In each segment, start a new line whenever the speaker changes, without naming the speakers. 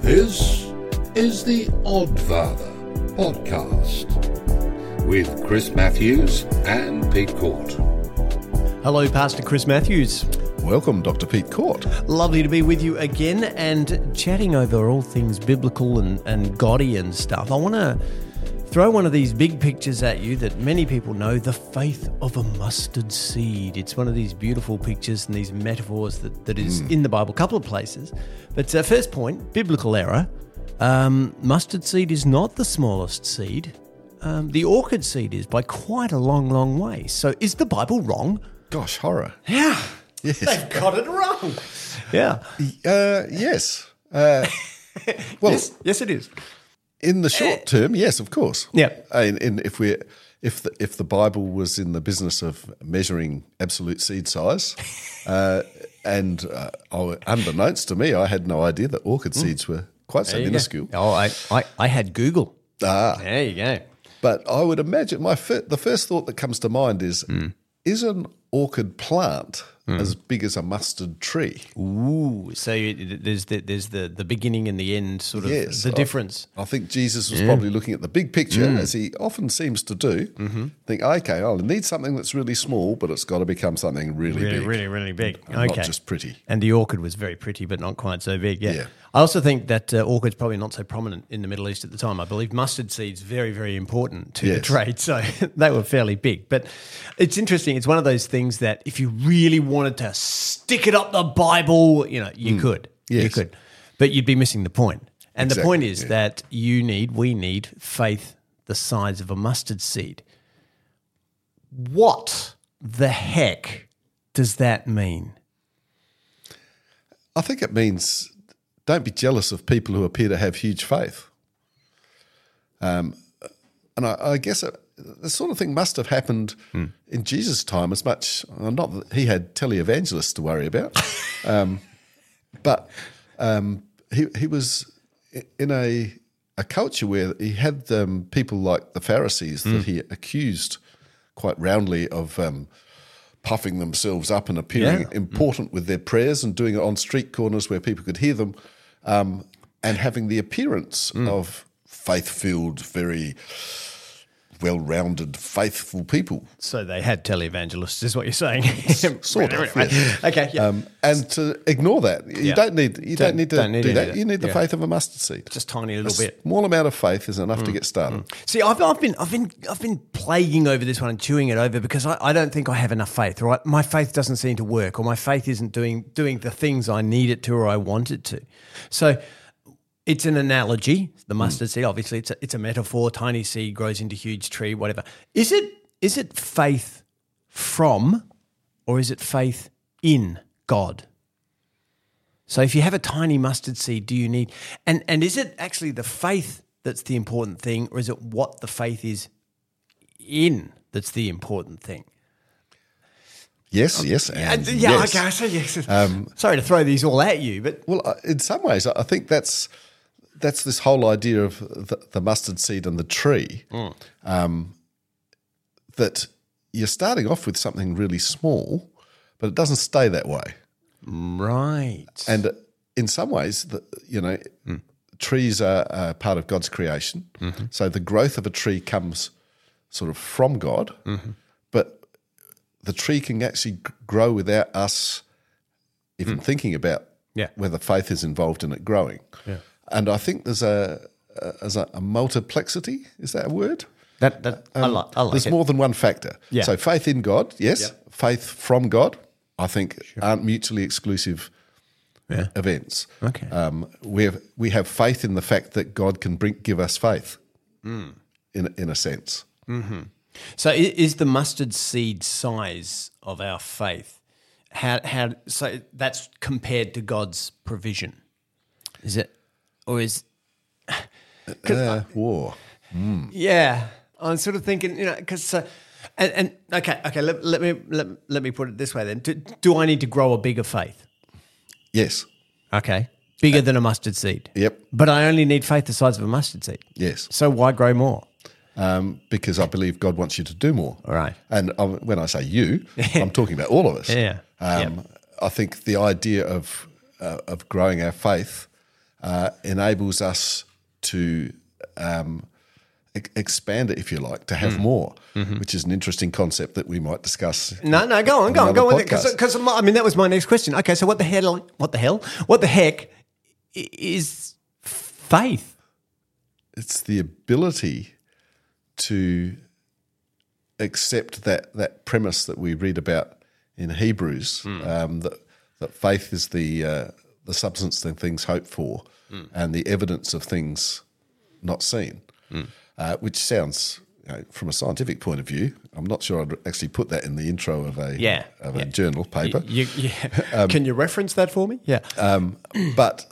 This is the Oddfather podcast with Chris Matthews and Pete Court.
Hello, Pastor Chris Matthews.
Welcome, Dr. Pete Court.
Lovely to be with you again and chatting over all things biblical and, and gaudy and stuff. I want to throw one of these big pictures at you that many people know the faith of a mustard seed. It's one of these beautiful pictures and these metaphors that, that is in the Bible, a couple of places. But uh, first point biblical error. Um, mustard seed is not the smallest seed. Um, the orchid seed is by quite a long, long way. So is the Bible wrong?
Gosh, horror.
Yeah.
Yes.
They've got it wrong. Yeah.
Uh, yes. Uh, well,
yes, yes, it is.
in the short term, yes, of course.
Yeah.
And, and if we if the, if the Bible was in the business of measuring absolute seed size, uh, and uh, I- unbeknownst to me, I had no idea that orchid seeds were quite so minuscule.
Oh, I, I, I had Google.
Ah,
There you go.
But I would imagine my fir- the first thought that comes to mind is: is an orchid plant as big as a mustard tree?
Ooh, so you- there's the, there's the, the beginning and the end sort of
Yes,
the
I-
difference.
I think Jesus was probably looking at the big picture, as he often seems to do. Think, okay, I'll need something that's really small, but it's got to become something really, big,
really, really big.
not just pretty.
And the orchid was very pretty, but not quite so big. Yeah.
Yeah.
I also think that uh, orchid's probably not so prominent in the Middle East at the time. I believe mustard seeds very, very important to the
Yes.
trade, so they were fairly big. But it's interesting. It's one of those things that if you really wanted to stick it up the Bible, you know, you could, you
Mm. Yes.
could, but you'd be missing the point. And the
Exactly,
point is that you need, we need faith the size of a mustard seed. What the heck does that mean?
I think it means don't be jealous of people who appear to have huge faith. Um, and I, I guess it, the sort of thing must have happened in Jesus' time as much. uh, Not that he had televangelists to worry about, um, but um, he he was i- in a a culture where he had um, people like the Pharisees
Hmm.
that he accused quite roundly of. Um, puffing themselves up and appearing
Yeah. Hmm.
important with their prayers and doing it on street corners where people could hear them um, and having the appearance
Hmm.
of faith filled, very well rounded, faithful people.
So they had televangelists, is what you're saying?
Sort of, yes.
Okay. Yeah.
Um, and to ignore that, you
Yeah.
don't need you don't,
Don't-
need to
don't need
do
any
that.
of that.
You need the
Yeah.
faith of a mustard seed.
Just tiny little
a
bit. Mm.
small amount of faith is enough to get started.
See, I've, I've been I've been I've been plaguing over this one and chewing it over because I, I don't think I have enough faith, right? My faith doesn't seem to work, or my faith isn't doing doing the things I need it to or I want it to. So it's an analogy.
Hmm.
The mustard seed, obviously, it's a, it's a metaphor. Tiny seed grows into huge tree. Whatever. Is it is it faith from, or is it faith in God? So if you have a tiny mustard seed, do you need and and is it actually the faith that's the important thing, or is it what the faith is in that's the important thing?
Yes, yes, and
Oh, yeah,
yes. Um,
okay, I see. Yes. Sorry to throw these all at you, but
Well, I- in some ways, I I think that's that's this whole idea of the, the mustard seed and the tree.
Mm.
Um, that you're starting off with something really small, but it doesn't stay that way.
right,
And in some ways, the, you know,
Hmm.
trees are, are part of God's creation.
Mm-hmm.
So the growth of a tree comes sort of from God,
Mm-hmm.
but the tree can actually g- grow without us even thinking about
Hmm. Yeah.
whether faith is involved in it growing. And I think there's a, a, there's a, a multiplexity, is that a word?
that that I like. I like
Um, There's
it.
more than one factor.
Yeah.
So faith in God, yes. Faith from God, I think, aren't mutually exclusive events.
Okay.
Um, we have we have faith in the fact that God can bring, give us faith,
Hmm.
in in a sense.
So i- is the mustard seed size of our faith how how so that's compared to God's provision? Is it or is
Uh, war.
Yeah, I'm sort of thinking, you know, because uh, and, and okay, okay, let, let me let, let me put it this way then: do, do I need to grow a bigger faith?
Yes.
Okay, bigger than a mustard seed.
Yep.
But I only need faith the size of a mustard seed.
Yes.
So why grow more?
Um, because I believe God wants you to do more.
All right.
And um, when I say you, I'm talking about all of us.
Yeah.
Um, I think the idea of uh, of growing our faith uh, enables us to um, e- expand it, if you like, to have more, which is an interesting concept that we might discuss.
Hmm. Mm-hmm. No, no, go on, go on, go on.
Another podcast.
Because I mean, that was my next question. Okay, so what the hell? What the hell? What the heck i- is faith?
It's the ability to accept that that premise that we read about in Hebrews
Hmm.
um, that that faith is the uh, the substance of things hoped for
Hmm.
and the evidence of things not seen,
Hmm.
uh, which sounds. you know, from a scientific point of view, I'm not sure I'd actually put that in the intro of a
Yeah,
of a journal paper,
You, yeah. Can you reference that for me? Um, Yeah.
but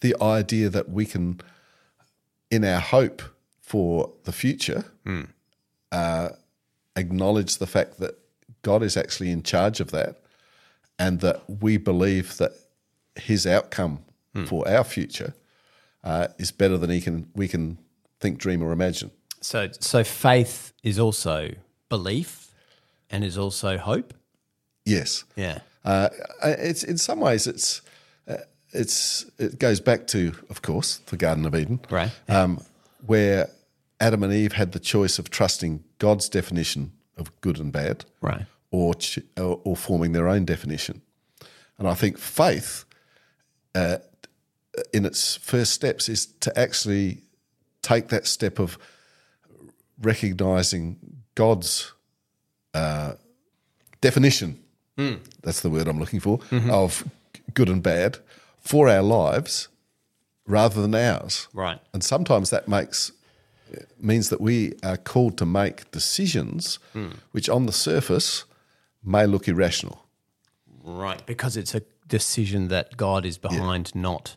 the idea that we can, in our hope for the future, uh, acknowledge the fact that God is actually in charge of that and that we believe that his outcome for our future uh, is better than he can, we can think, dream, or imagine.
so, so faith is also belief, and is also hope.
Yes.
Yeah.
Uh, it's in some ways it's uh, it's it goes back to, of course, the Garden of Eden,
Right.
Um, where Adam and Eve had the choice of trusting God's definition of good and bad,
Right.
or ch- or, or forming their own definition. And I think faith, uh, in its first steps, is to actually take that step of recognizing God's uh, definition. That's the word I'm looking for of good and bad for our lives, rather than ours.
Right.
And sometimes that makes means that we are called to make decisions
Hmm.
which on the surface may look irrational.
Right. Because it's a decision that God is behind, not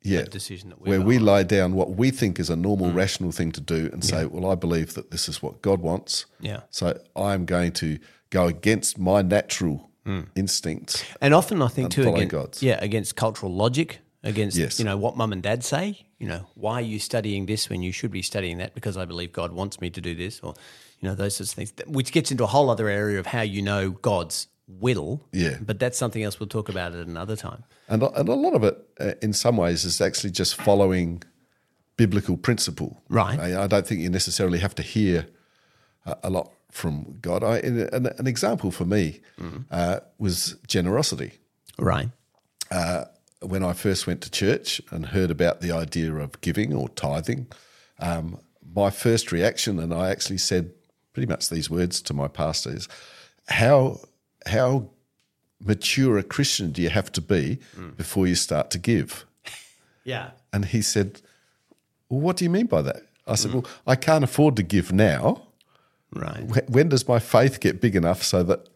Yeah.
decision that we. Hmm.
Where we lay down what we think is a normal, rational thing to do and say, well, I believe that this is what God wants.
Yeah.
So I'm going to go against my natural
Hmm.
instincts.
And often I think too
follow
against,
God's.
yeah, against cultural logic, against
Yes.
you know what mum and dad say, you know, why are you studying this when you should be studying that because I believe God wants me to do this or you know those sorts of things Th- which gets into a whole other area of how you know God's will.
Yeah.
But that's something else we'll talk about at another time.
And, a- and a lot of it, uh, in some ways, is actually just following biblical principle.
Right.
I, I don't think you necessarily have to hear a, a lot from God. I, an, an- an example for me uh, was generosity.
Right.
When I first went to church and heard about the idea of giving or tithing, um, my first reaction, and I actually said pretty much these words to my pastor, is how, how mature a Christian do you have to be before you start to give?
Yeah.
And he said, well, What do you mean by that? I said, Well, I can't afford to give now.
Right.
Wh- When does my faith get big enough so that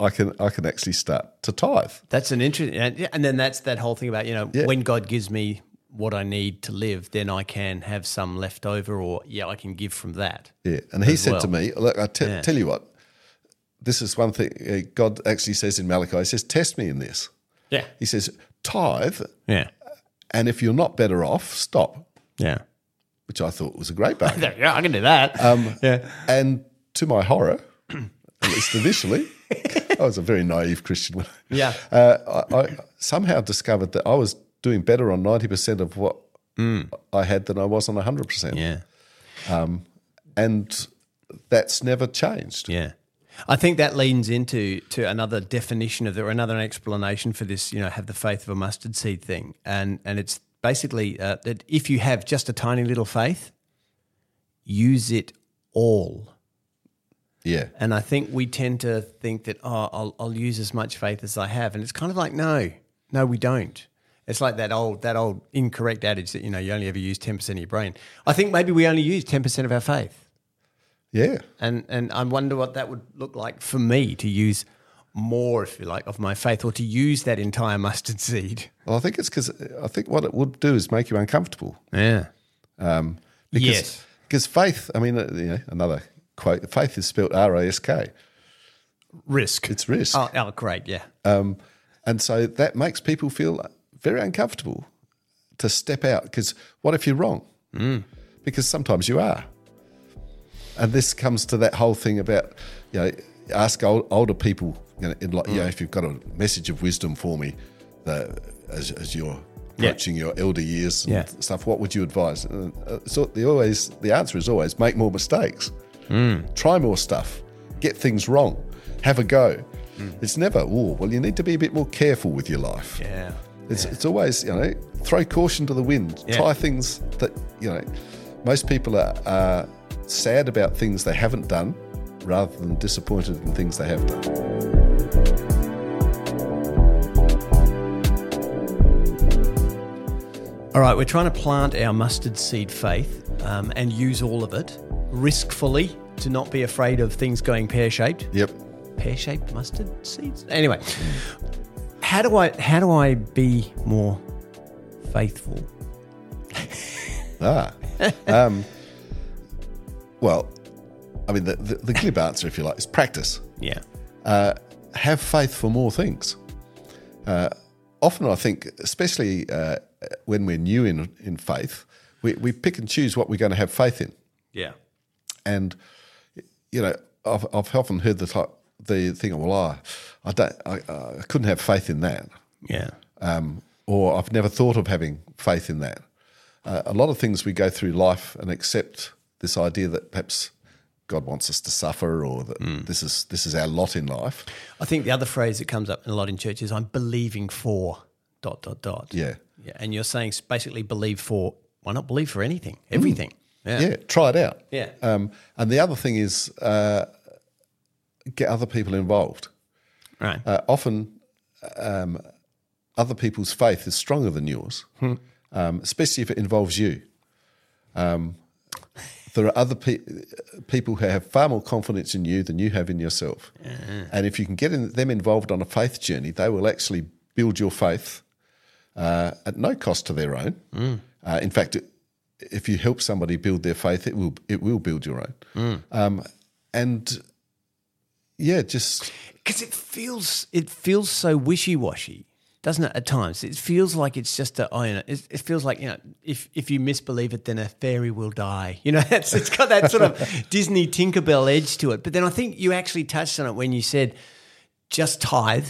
I can I can actually start to tithe?
That's an interesting and yeah, and then that's that whole thing about, you know, when God gives me what I need to live, then I can have some left over or yeah, I can give from that.
Yeah. And he said to
well.
me, Look, I te- tell you what, this is one thing uh, God actually says in Malachi. He says, Test me in this.
Yeah.
He says, Tithe,
Yeah.
and if you're not better off, stop,
Yeah. Um,
which I thought was a great bargain.
Yeah, I can do that. yeah.
And to my horror, at least initially, I was a very naive Christian. when I-
Yeah.
Uh, I, I somehow discovered that I was doing better on 90% of what I had than I was on 100%.
Yeah.
And that's never changed.
Yeah. I think that leans into to another definition of the, or another explanation for this, you know, have the faith of a mustard seed thing. And and it's basically uh, that if you have just a tiny little faith, use it all.
Yeah.
And I think we tend to think that, oh, I'll, I'll use as much faith as I have. And it's kind of like, no, no, we don't. It's like that old, that old incorrect adage that, you know, you only ever use 10% of your brain. I think maybe we only use 10% of our faith.
Yeah.
and and I wonder what that would look like for me to use more, if you like, of my faith, or to use that entire mustard seed.
Well, I think it's because I think what it would do is make you uncomfortable.
Yeah.
Because,
Yes.
Because faith, I mean, uh, you know, another quote faith is spelled R I S K,
Risk.
it's risk.
oh, oh, great. Yeah.
Um, and so that makes people feel very uncomfortable to step out because what if you're wrong?
Mm.
Because sometimes you are. And this comes to that whole thing about, you know, ask old, older
Mm.
people, you know, in like, you know, if you've got a message of wisdom for me, the, as, as your
Yeah.
approaching your elder years and
Yeah.
stuff, what would you advise? Uh, uh, so the always the answer is always make more mistakes, try more stuff, get things wrong, have a go.
Hmm.
It's never oh well. You need to be a bit more careful with your life.
Yeah.
It's, it's always, you know, throw caution to the wind.
Yeah.
Try things that, you know, most people are, are sad about things they haven't done rather than disappointed in things they have done.
All right, we're trying to plant our mustard seed faith um, and use all of it riskfully to not be afraid of things going pear shaped.
Yep.
Pear shaped mustard seeds? Anyway, how do I how do I be more faithful?
Ah. um, well, I mean, the, the, the glib answer, if you like, is practice.
Yeah.
have faith for more things. Uh, often, I think, especially uh, when we're new in, in faith, we, we pick and choose what we're going to have faith in.
Yeah.
and you know I've, I've often heard the type, the thing well I I don't I, I couldn't have faith in that
Yeah.
um, or I've never thought of having faith in that uh, a lot of things we go through life and accept this idea that perhaps God wants us to suffer or that this is this is our lot in life
I think the other phrase that comes up a lot in church is I'm believing for dot dot dot.
yeah
Yeah. And you're saying s- basically believe for why not believe for anything? Everything. Mm. Yeah. Uh,
yeah, try it out
Yeah.
um, and the other thing is uh, get other people involved
Right.
uh, often um, other people's faith is stronger than yours, um, especially if it involves you. Um, there are other pe- people who have far more confidence in you than you have in yourself. And if you can get in, them involved on a faith journey, they will actually build your faith uh, at no cost to their own. Uh, in fact, it, if you help somebody build their faith, it will it will build your own. Um, and yeah, just
because it feels it feels so wishy-washy doesn't it at times it feels like it's just a oh, you know, it, it feels like you know if if you misbelieve it then a fairy will die you know it's, it's got that sort of disney tinkerbell edge to it but then i think you actually touched on it when you said just tithe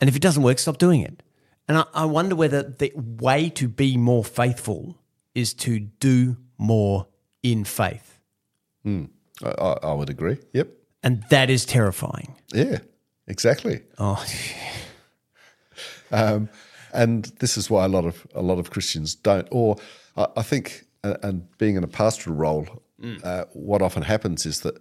and if it doesn't work stop doing it and i, I wonder whether the way to be more faithful is to do more in faith
I, I, I would agree. Yep.
and that is terrifying
Yeah, exactly.
oh
Um, and this is why a lot of a lot of Christians don't. Or I, I think, uh, and being in a pastoral role, uh, what often happens is that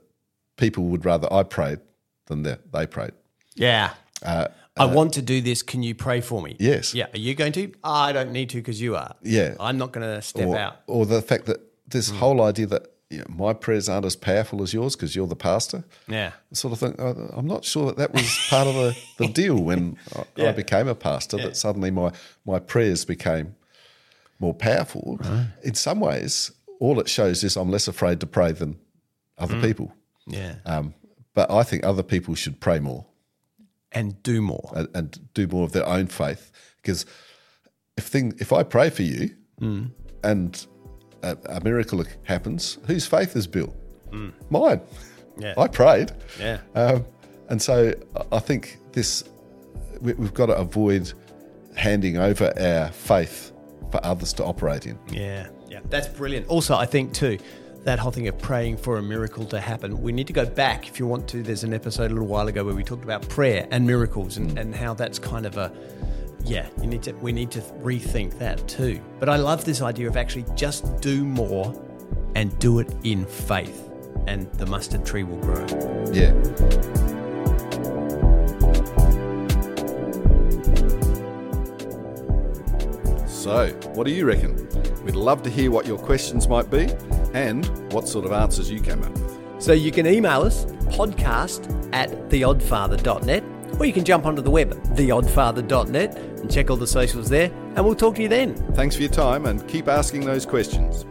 people would rather I prayed than they, they prayed.
Yeah. I want to do this. Can you pray for me?
Uh, Yes.
Yeah. Are you going to? I don't need to because you are.
Yeah.
I'm not going to step
or,
out.
or the fact that this whole idea that you know, my prayers aren't as powerful as yours because you're the pastor.
Yeah.
Sort of thing. I- I'm not sure that that was part of the, the deal when I, I became a pastor. That suddenly my my prayers became more powerful. In some ways, all it shows is I'm less afraid to pray than other people.
Yeah.
Um, but I think other people should pray more
and do more.
and, and do more of their own faith. Because if thing, if I pray for you and a, a miracle happens, whose faith is built? Mine.
Yeah.
I prayed.
Yeah.
Um, and so I- I think this, we, we've got to avoid handing over our faith for others to operate in.
Yeah. Yeah. That's brilliant. Also, I think too. That whole thing of praying for a miracle to happen. We need to go back, if you want to. There's an episode a little while ago where we talked about prayer and miracles and, and how that's kind of a, yeah, you need to, we need to rethink that too. But I love this idea of actually just do more and do it in faith, and the mustard tree will grow.
Yeah.
So, what do you reckon? We'd love to hear what your questions might be and what sort of answers you came up with.
So you can email us podcast at theoddfather.net or you can jump onto the web theoddfather.net and check all the socials there and we'll talk to you then.
Thanks for your time and keep asking those questions.